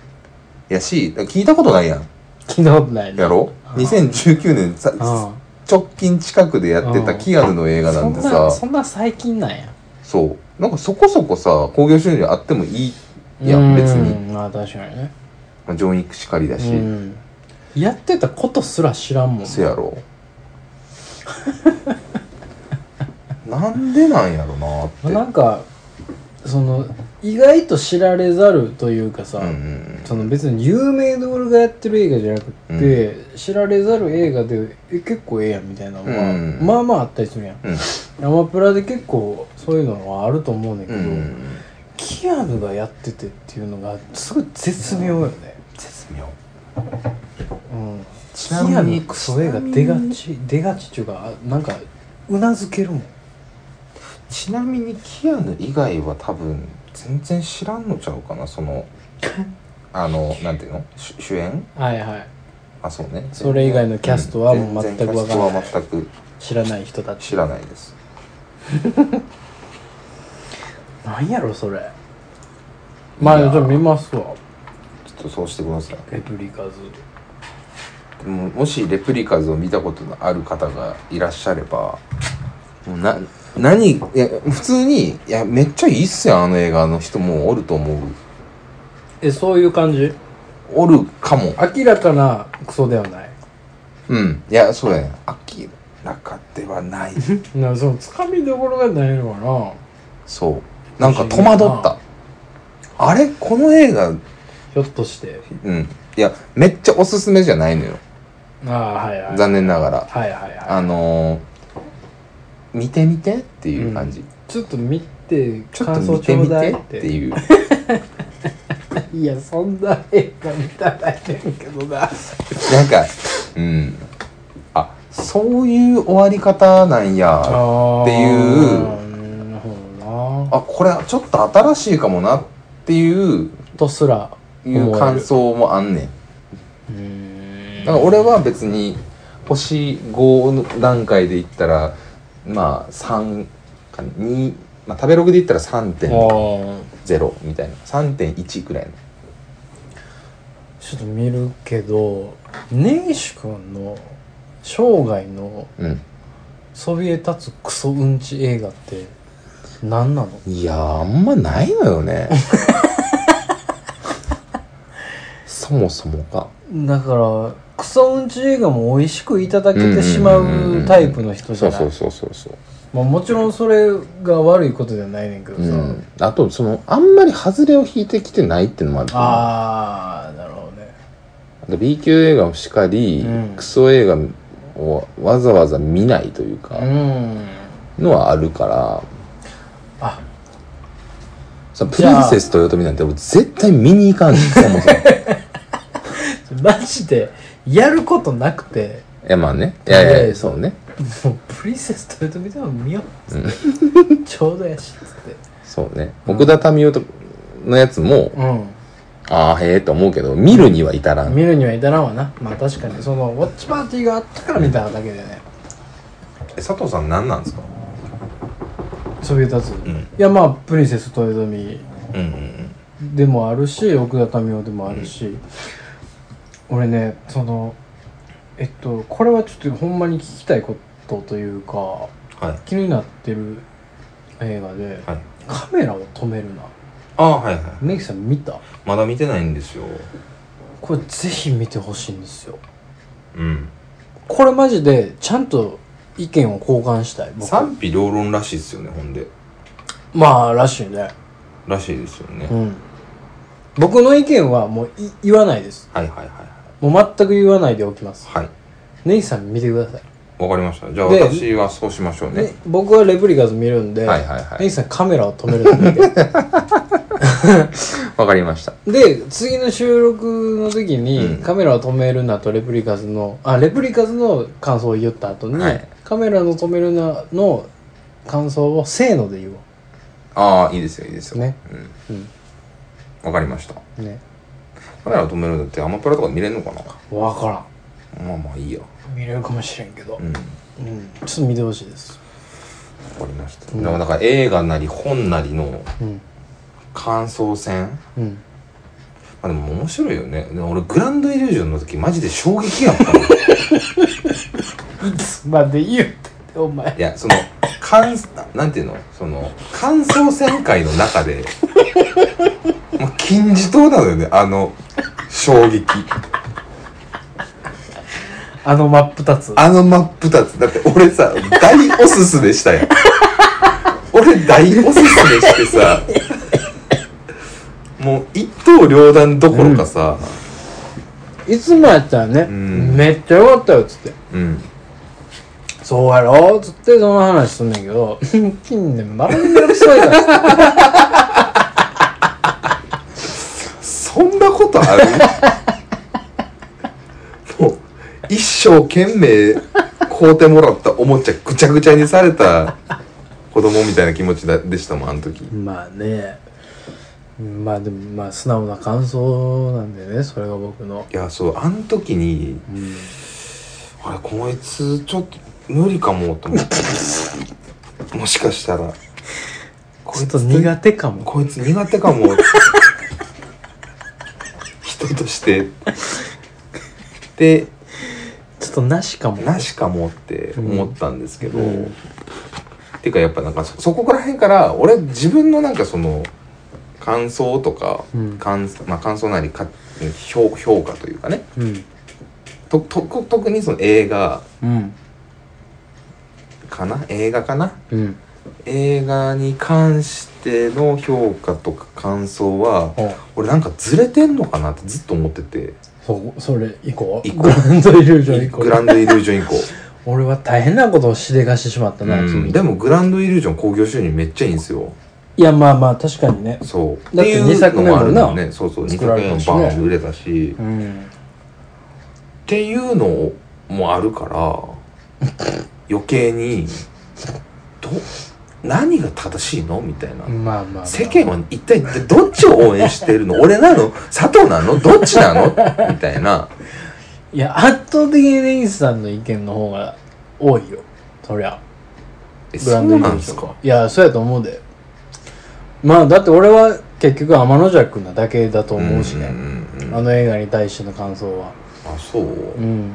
やし聞いたことないやん聞いたことないねやろ2019年さあ直近近くでやってうたんキアヌの映あ画なんてそんなさそんな最近なんやそうなんかそこそこさ興行収入あってもいいやうん別に、まあ確かにねまあ、ジョン・イックしかりだし、うんやってたことすら知らんもんせやろ [laughs] なんでなんやろなってなんかその意外と知られざるというかさ、うんうんうんその別に有名どころがやってる映画じゃなくて、知られざる映画でえ結構ええやんみたいなのは、うんまあまああったりするやんうんアマプラで結構そういうのはあると思うねんけうど、んキアヌがやっててっていうのがすごい絶妙よね、絶妙うん、ちキなみにアヌクソ映画出がち出がちっていうかあなんかうなずけるも [laughs] んちなみにキアヌ以外は多分全然知らんのちゃうかなそのあのなんていうの主主演はいはいあそうねそれ以外のキャストはもう全くわわからないキャストは全く知らない人たち知らないですなんやろそれまあいじやゃあ見ますわちょっとそうしてくださいレプリカズでももしレプリカズを見たことのある方がいらっしゃればもうな何いや普通にいやめっちゃいいっすよあの映画の人もおると思うえそういう感じおるかも明らかなクソではないうんいやそうやね明らかではないなんかそのつかみどころがないのかなそうなんか戸惑ったあれこの映画ひょっとしてうんいやめっちゃおすすめじゃないのよああはいはい残念ながらはいはいはあのー、見てみてっていう感じ、いちょっと見てちょっと感想見ちてょみうだていっってていういやそんな映画見たらいねんけどななんかうんあそういう終わり方なんやあっていうなるほどなあこれちょっと新しいかもなっていうとすらいう感想もあんねんうーんだから俺は別に星5の段階で言ったらまあ3か2、まあ、食べログで言ったら3.0ああみたいな3.1くらいのちょっと見るけど根岸君の生涯のうんそびえ立つクソうんち映画って何なのいやあんまないのよ [laughs] ねそもそもがだからクソうんち映画も美味しくいただけてしまうタイプの人じそゃうなそいうそうそうそう、まあもちろんそれが悪いことではないねんけどうさ、ん、あとそのあんまり外れを引いてきてないっていうのもあると思うああなるほどねあと B 級映画もしかり、うんクソ映画をわざわざ見ないというか、うんのはあるからあそのプリンセスと豊臣なんて俺絶対見に行かんしそもそも [laughs] いマジでやることなくてやまあねいやいやそうねもうプリンセスと豊臣でも見ようっつって、ちょうどやしっつってそうね奥田民生とのやつもうんああへえと思うけど見るには至らん、見るには至らんわなまあ確かにそのウォッチパーティーがあったから見ただけでね佐藤さん何なんですかそびえ立つ、んいやまあプリンセス豊臣うんうんでもあるし奥田民生でもあるし、俺ねそのえっとこれはちょっとほんまに聞きたいことというかはい気になってる映画ではいカメラを止めるなああはいはいネギさん見たまだ見てないんですよこれぜひ見てほしいんですようんこれマジでちゃんと意見を交換したい僕否両論らしいですよねほんでまあらしいねらしいですよねうん、僕の意見はもうい言わないですはいはいはいもう全く言わないでおきますはいネギさん見てください、わかりましたじゃあで私はそうしましょうねね、僕はレプリカズ見るんで、はいはいはいネギさんカメラを止めるん [laughs] でわかりましたで次の収録の時に、うんカメラを止めるなとレプリカズのあレプリカズの感想を言った後に、はいカメラの止めるなの感想をせーので言おうああいいですよいいですよねうんうんわかりましたねカメラを止めるのってアマプラとか見れるのかな分かまあまあいいやらん見れるかもしれんけどう、んわうんちょっと見てほしいです、かりました、うんだからだから映画なり本なりのうん感想戦うん、まあでも面白いよねでも俺グランドイリュージョンの時マジで衝撃やったいいつまで言うってお前やその感なんていうのその感想戦会の中でもう金字塔なのよねあの衝撃あの真っ二つあの真っ二つ。だって俺さ、大おすすめしたやん。俺大おすすめしてさ、もう一刀両断どころかさ、いつもやったらね、うんめっちゃよかったよっつってうん、そうやろっつってその話すんねんけど [laughs] 近年まるでめんどくさいからっつっそんなこと [laughs] あるもう一生懸命買うてもらったおもちゃぐちゃぐちゃにされた子供みたいな気持ちだでしたもんあの時て [laughs] まあねまあでもまあ素直な感想なんでねそれが僕の、いやそうあの時にうん、あれこいつちょっと無理かもと思 [laughs] ってもしかしたらこちょっと苦手かもこいつ苦手かも [laughs] 人としてでちょっとなしかもなしかもって思ったんですけど、うんていうかやっぱなんかそそこら辺から俺自分のなんかその感想とか、うん感まあ、感想なりか評評価というかねうんととこ特にその映画うんかな映画かなうん映画に関しての評価とか感想はお俺なんかずれてんのかなってずっと思っててそうそれ以降以降グランドイリュージョン以降グランドイリュージョン以降俺は大変なことをしでかしてしまった [laughs] な、う君んでもグランドイリュージョン興行収入めっちゃいいんですよいやまあまあ確かにねそうだっていう二作目ものなあるのねそうそう2作ら作れ目もたバしねーン売れたしうっんていうのもあるから余計にど何が正しいのみたいな、まあまあ、まあ、世間は一体どっちを応援してるの [laughs] 俺なの佐藤なのどっちなのみたいないや圧倒的に根岸さんの意見の方が多いよそりゃえブそランドうイメなんーでジすとかかいやそうやと思うでまあだって俺は結局天の弱なだけだと思うしんね、んうんあの映画に対しての感想はあそう、うもうん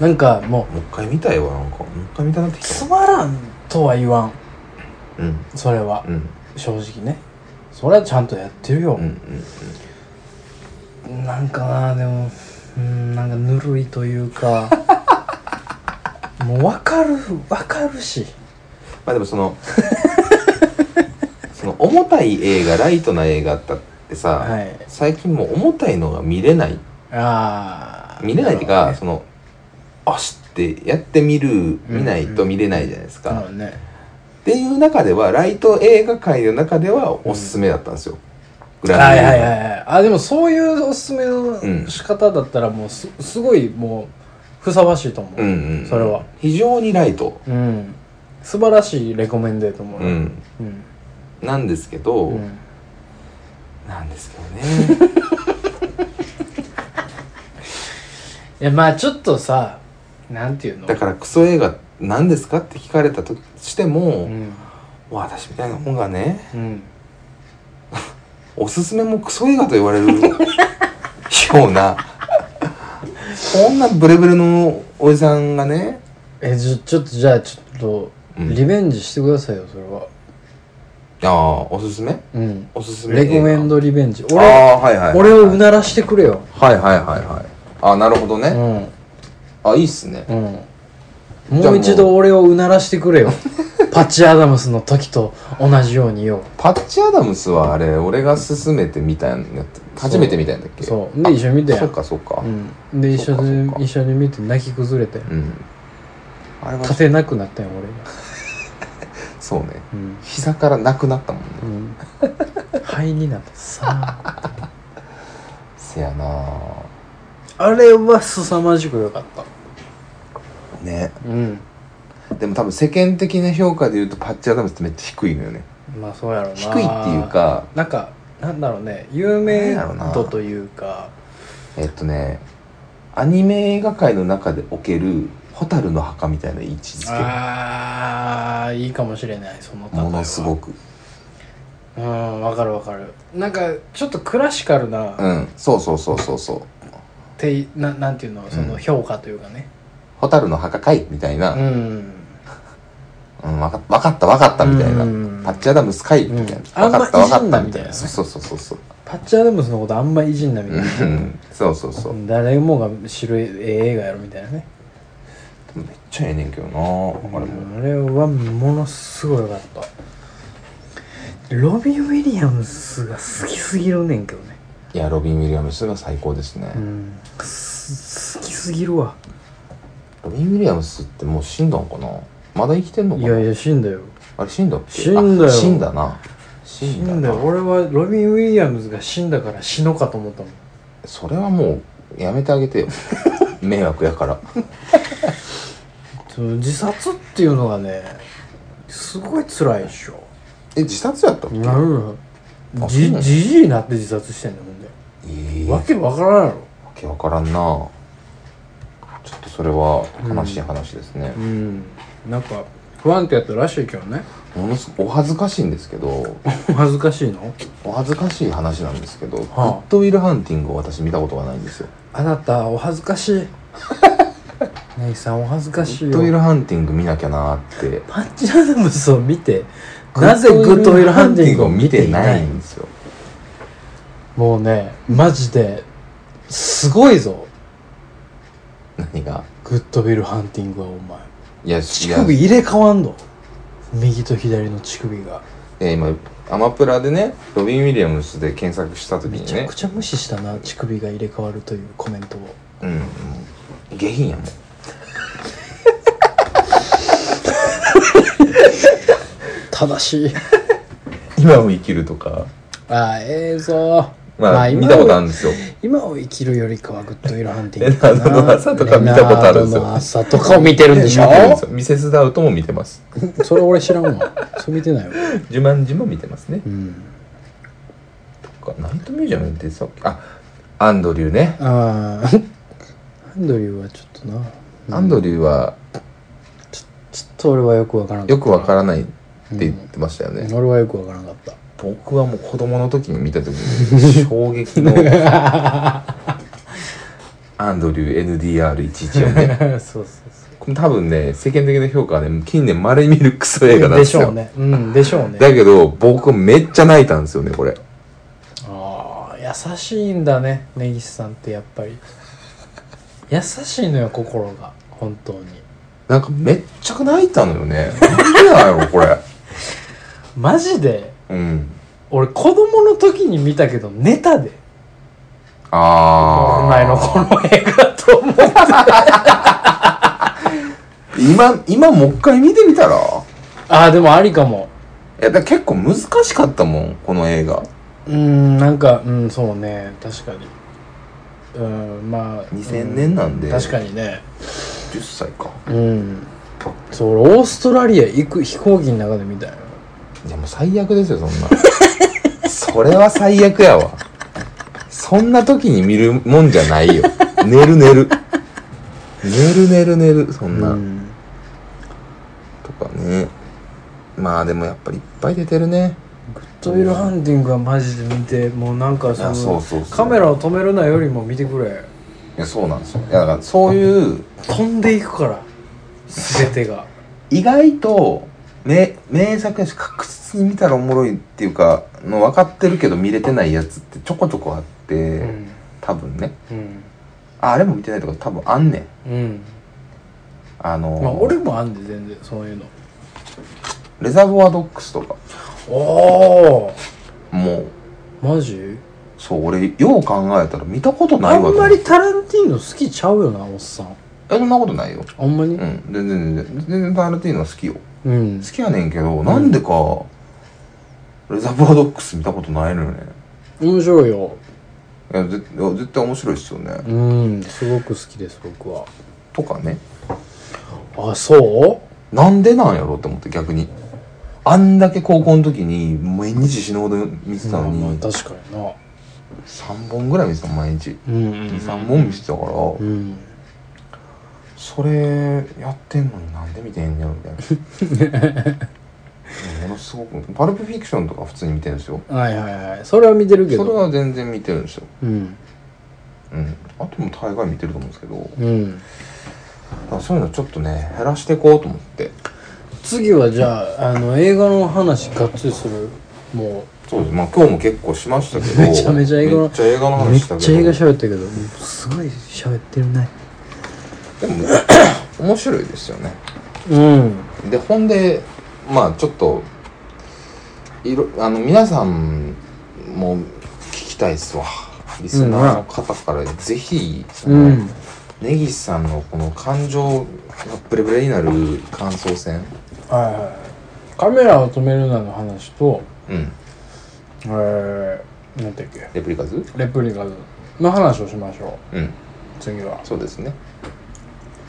なんかも一回見たいわなんかもう一回見たなってうきたつまらんとは言わんうんそれはうん正直ねそれはちゃんとやってるようんう、んなんかなでもうんなんかぬるいとい [laughs] うかもう分かる分かるしまあでもそ [laughs] のその重たい映画ライトな映画だってさ、はい最近もう重たいのが見れないああ見れないっていうかそのあしってやってみる見ないと見れないじゃないですか、なるほどねっていう中ではライト映画界の中ではおすすめだったんですよ、グランドはい映画はいはいはいあでもそういうおすすめの仕方だったらもうすすごいもうふさわしいと思う、うんうんそれは非常にライトうん素晴らしいレコメンデーと思うううんんうん、なんですけど、うん、なんですけどねいやまあちょっとさなんていうのだからクソ映画なんですかって聞かれたとしても、うん私みたいなもんがねうんおすすめもクソ映画と言われるよう [laughs] なこんなブレブレのおじさんがねえちょちょっとじゃあちょっとうんリベンジしてくださいよそれはああおすすめうんおすすめレコメンドリベンジ俺俺ああはいはい俺をうならしてくれよはいはいはいはいああなるほどね、うんあいいっすねうんじゃあももうう一度俺をうならして [laughs] くれよパッチ・アダムスの時と同じようによパッチ・アダムスはあれ俺が勧めてみたいなやつ初めてみたいんだっけそうで一緒に見たやんそっかそっかうんで一緒そっにかそっか一緒に見て泣き崩れてうん、あれは立てなくなったよ俺がそうねうん、膝からなくなったもんねうん、肺になったさあせやな [laughs] ああれは凄まじく良かったねうんでも多分世間的な評価で言うとパッチ・アダムスってめっちゃ低いのよねまあそうやろうな低いっていうかなんかなんだろうね有名なんやろな度というかえっとねアニメ映画界の中でおける「蛍の墓」みたいな位置づああいいかもしれないそのけ例えはものすごくうんわかるわかるなんかちょっとクラシカルな、うっんそうそうそうそうそうてななんていうのその評価というかね「蛍の墓かい」みたいうな、うんん、わかわかったわかったみたいな、うんパッチ・アダムスかいみたいうんな、わかったあわかっんまいじんなたみみたたいいななそうそうそうそうパッチ・アダムスのことあんまいじんなみたいなう、んそうそうそう誰もが知るええ映画やろみたいなねめっちゃええねんけどなあれもあれはものすごい良かったロビン・ウィリアムスが好きすぎるねんけどねいやロビン・ウィリアムスが最高ですね、うんす好きすぎるわロビン・ウィリアムスってもう死んだんかなまだ生きてんのいかなやいや死んだよあれ死んだっけ死んだよあ死んだな死死んだんなだよ俺はロビン・ウィリアムズが死んだから死のうかと思ったもんそれはもうやめてあげて [laughs] よ迷惑やからその自殺っていうのがねすごい辛いでしょえ自殺やったっけなるあほじそうなんじじいになって自殺してんねんほんえでー、わわけわからんやろけわからんなちょっとそれは悲しい話ですねう、んなんか不安定やったらしいけどねものすごお恥ずかしいんですけどお恥ずかしいのお恥ずかしい話なんですけど、はあグッドウィルハンティングを私見たことがないんですよあなたお恥ずか [laughs] しいネイさんお恥ずかしいグッドウィルよハンティング見なきゃなーってパンチアダムスを見てなぜグッドウィルハンティングを見ていないんですよもうねマジですごいぞ何がグッドウィルハンティングはお前いや乳首い入れ替わんの右と左の乳首がや今アマプラでねロビン・ウィリアムスで検索した時めにちゃねくちゃ無視したな乳首が入れ替わるというコメントをうんもう下品やもん [laughs] 正しい今を生きるとかああええぞまあ、今見たことあるんですよ今を生きるよりかはグッドウィルハンティングなレナードの朝とか見たことあるんですよレナードの朝とかを見てるんでしょ見てるんですよミセス・ダウトも見てますそれ俺知らん [laughs] わそれ見てないわジュマンジも見てますねうんとかナイトミュージアムってさっきあアンドリューねああアンドリューはちょっとなアンドリューはちょっと俺はよくわからんよくわからないって言ってましたよね、俺はよくわからなかった僕はもう子供の時に見た時に衝撃 [laughs] のアンドリュー NDR114 ね [laughs] そうそうそうこれ多分ね世間的な評価はね近年まれに見るクソ映画なんででしすよょうねうんでしょうねだけど僕めっちゃ泣いたんですよねこれああ優しいんだね根岸さんってやっぱり優しいのよ心が本当になんかめっちゃ泣いたのよねなんでなんやろこれマジでうん俺子供の時に見たけどネタでああお前のこの映画と思う今今もう一回見てみたらいああでもありかもやだから結構難しかったもんこの映画うーんなんかうんそうね確かにうーんまあ2000年なんでう確かにね10歳かうんそう俺オーストラリア行く飛行機の中で見たよいやもう最悪ですよそんな [laughs] それは最悪やわそんな時に見るもんじゃないよ寝る寝る寝る寝る寝るそんな、うんとかねまあでもやっぱりいっぱい出てるねグッドウィルハンティングはマジで見てもうなんかそいのやそうそうそうカメラを止めるなよりも見てくれいやそうなんですよいやだからそういう飛んでいくから全てが意外と名名作やし確実に見たらおもろいっていうかの分かってるけど見れてないやつってちょこちょこあって、うん多分ねうんああれも見てないとか多分あんねんうんあのーまあ俺もあんで全然そういうのレザーボアドックスとかおおもうマジそう俺よう考えたら見たことないわあんと思うまりタランティーノ好きちゃうよなおっさんえそんなことないよあんまうりん全然全然全然タランティーノは好きよ好うんきやねんけど、なんでかレザーバードックス見たことないのよね面白いよいやぜいや絶対面白いっすよね、うんすごく好きです僕はとかねあそうなんでなんやろって思って逆にあんだけ高校の時に毎日死ぬほど見てたのまあにまあ確かにな3本ぐらい見てた毎日うん23本見てたから、うんそれやってんのになんで見てんねやろみたい [laughs] なものすごくパルプフィクションとか普通に見てるんですよはいはいはいそれは見てるそけれどは全然見てるんですようんうんあともう大概見てると思うんですけどうんだからそういうのちょっとね減らしていこうと思って次はじゃああの映画の話がっつりするもそうですまあ今日も結構しましたけどめちゃめちゃ映画のめっちゃ映画のうめ話っしたけどちゃ映画喋ったけどもうすごい喋ってるねでも面白いですよねうんでほんでまあちょっといろあの皆さんも聞きたいっすわリスナーの方からぜひ、そのうん根岸さんのこの感情がブレブレになる感想戦はいはいカメラを止めるなの話とうんえー、なんだっけレプリカズレプリカズの話をしましょうんう次はそうですね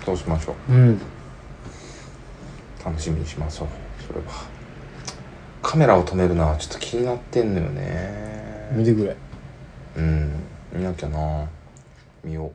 そうしましょううん楽しみにしましょうそれはカメラを止めるのはちょっと気になってんのよね見てくれうん見なきゃな見よう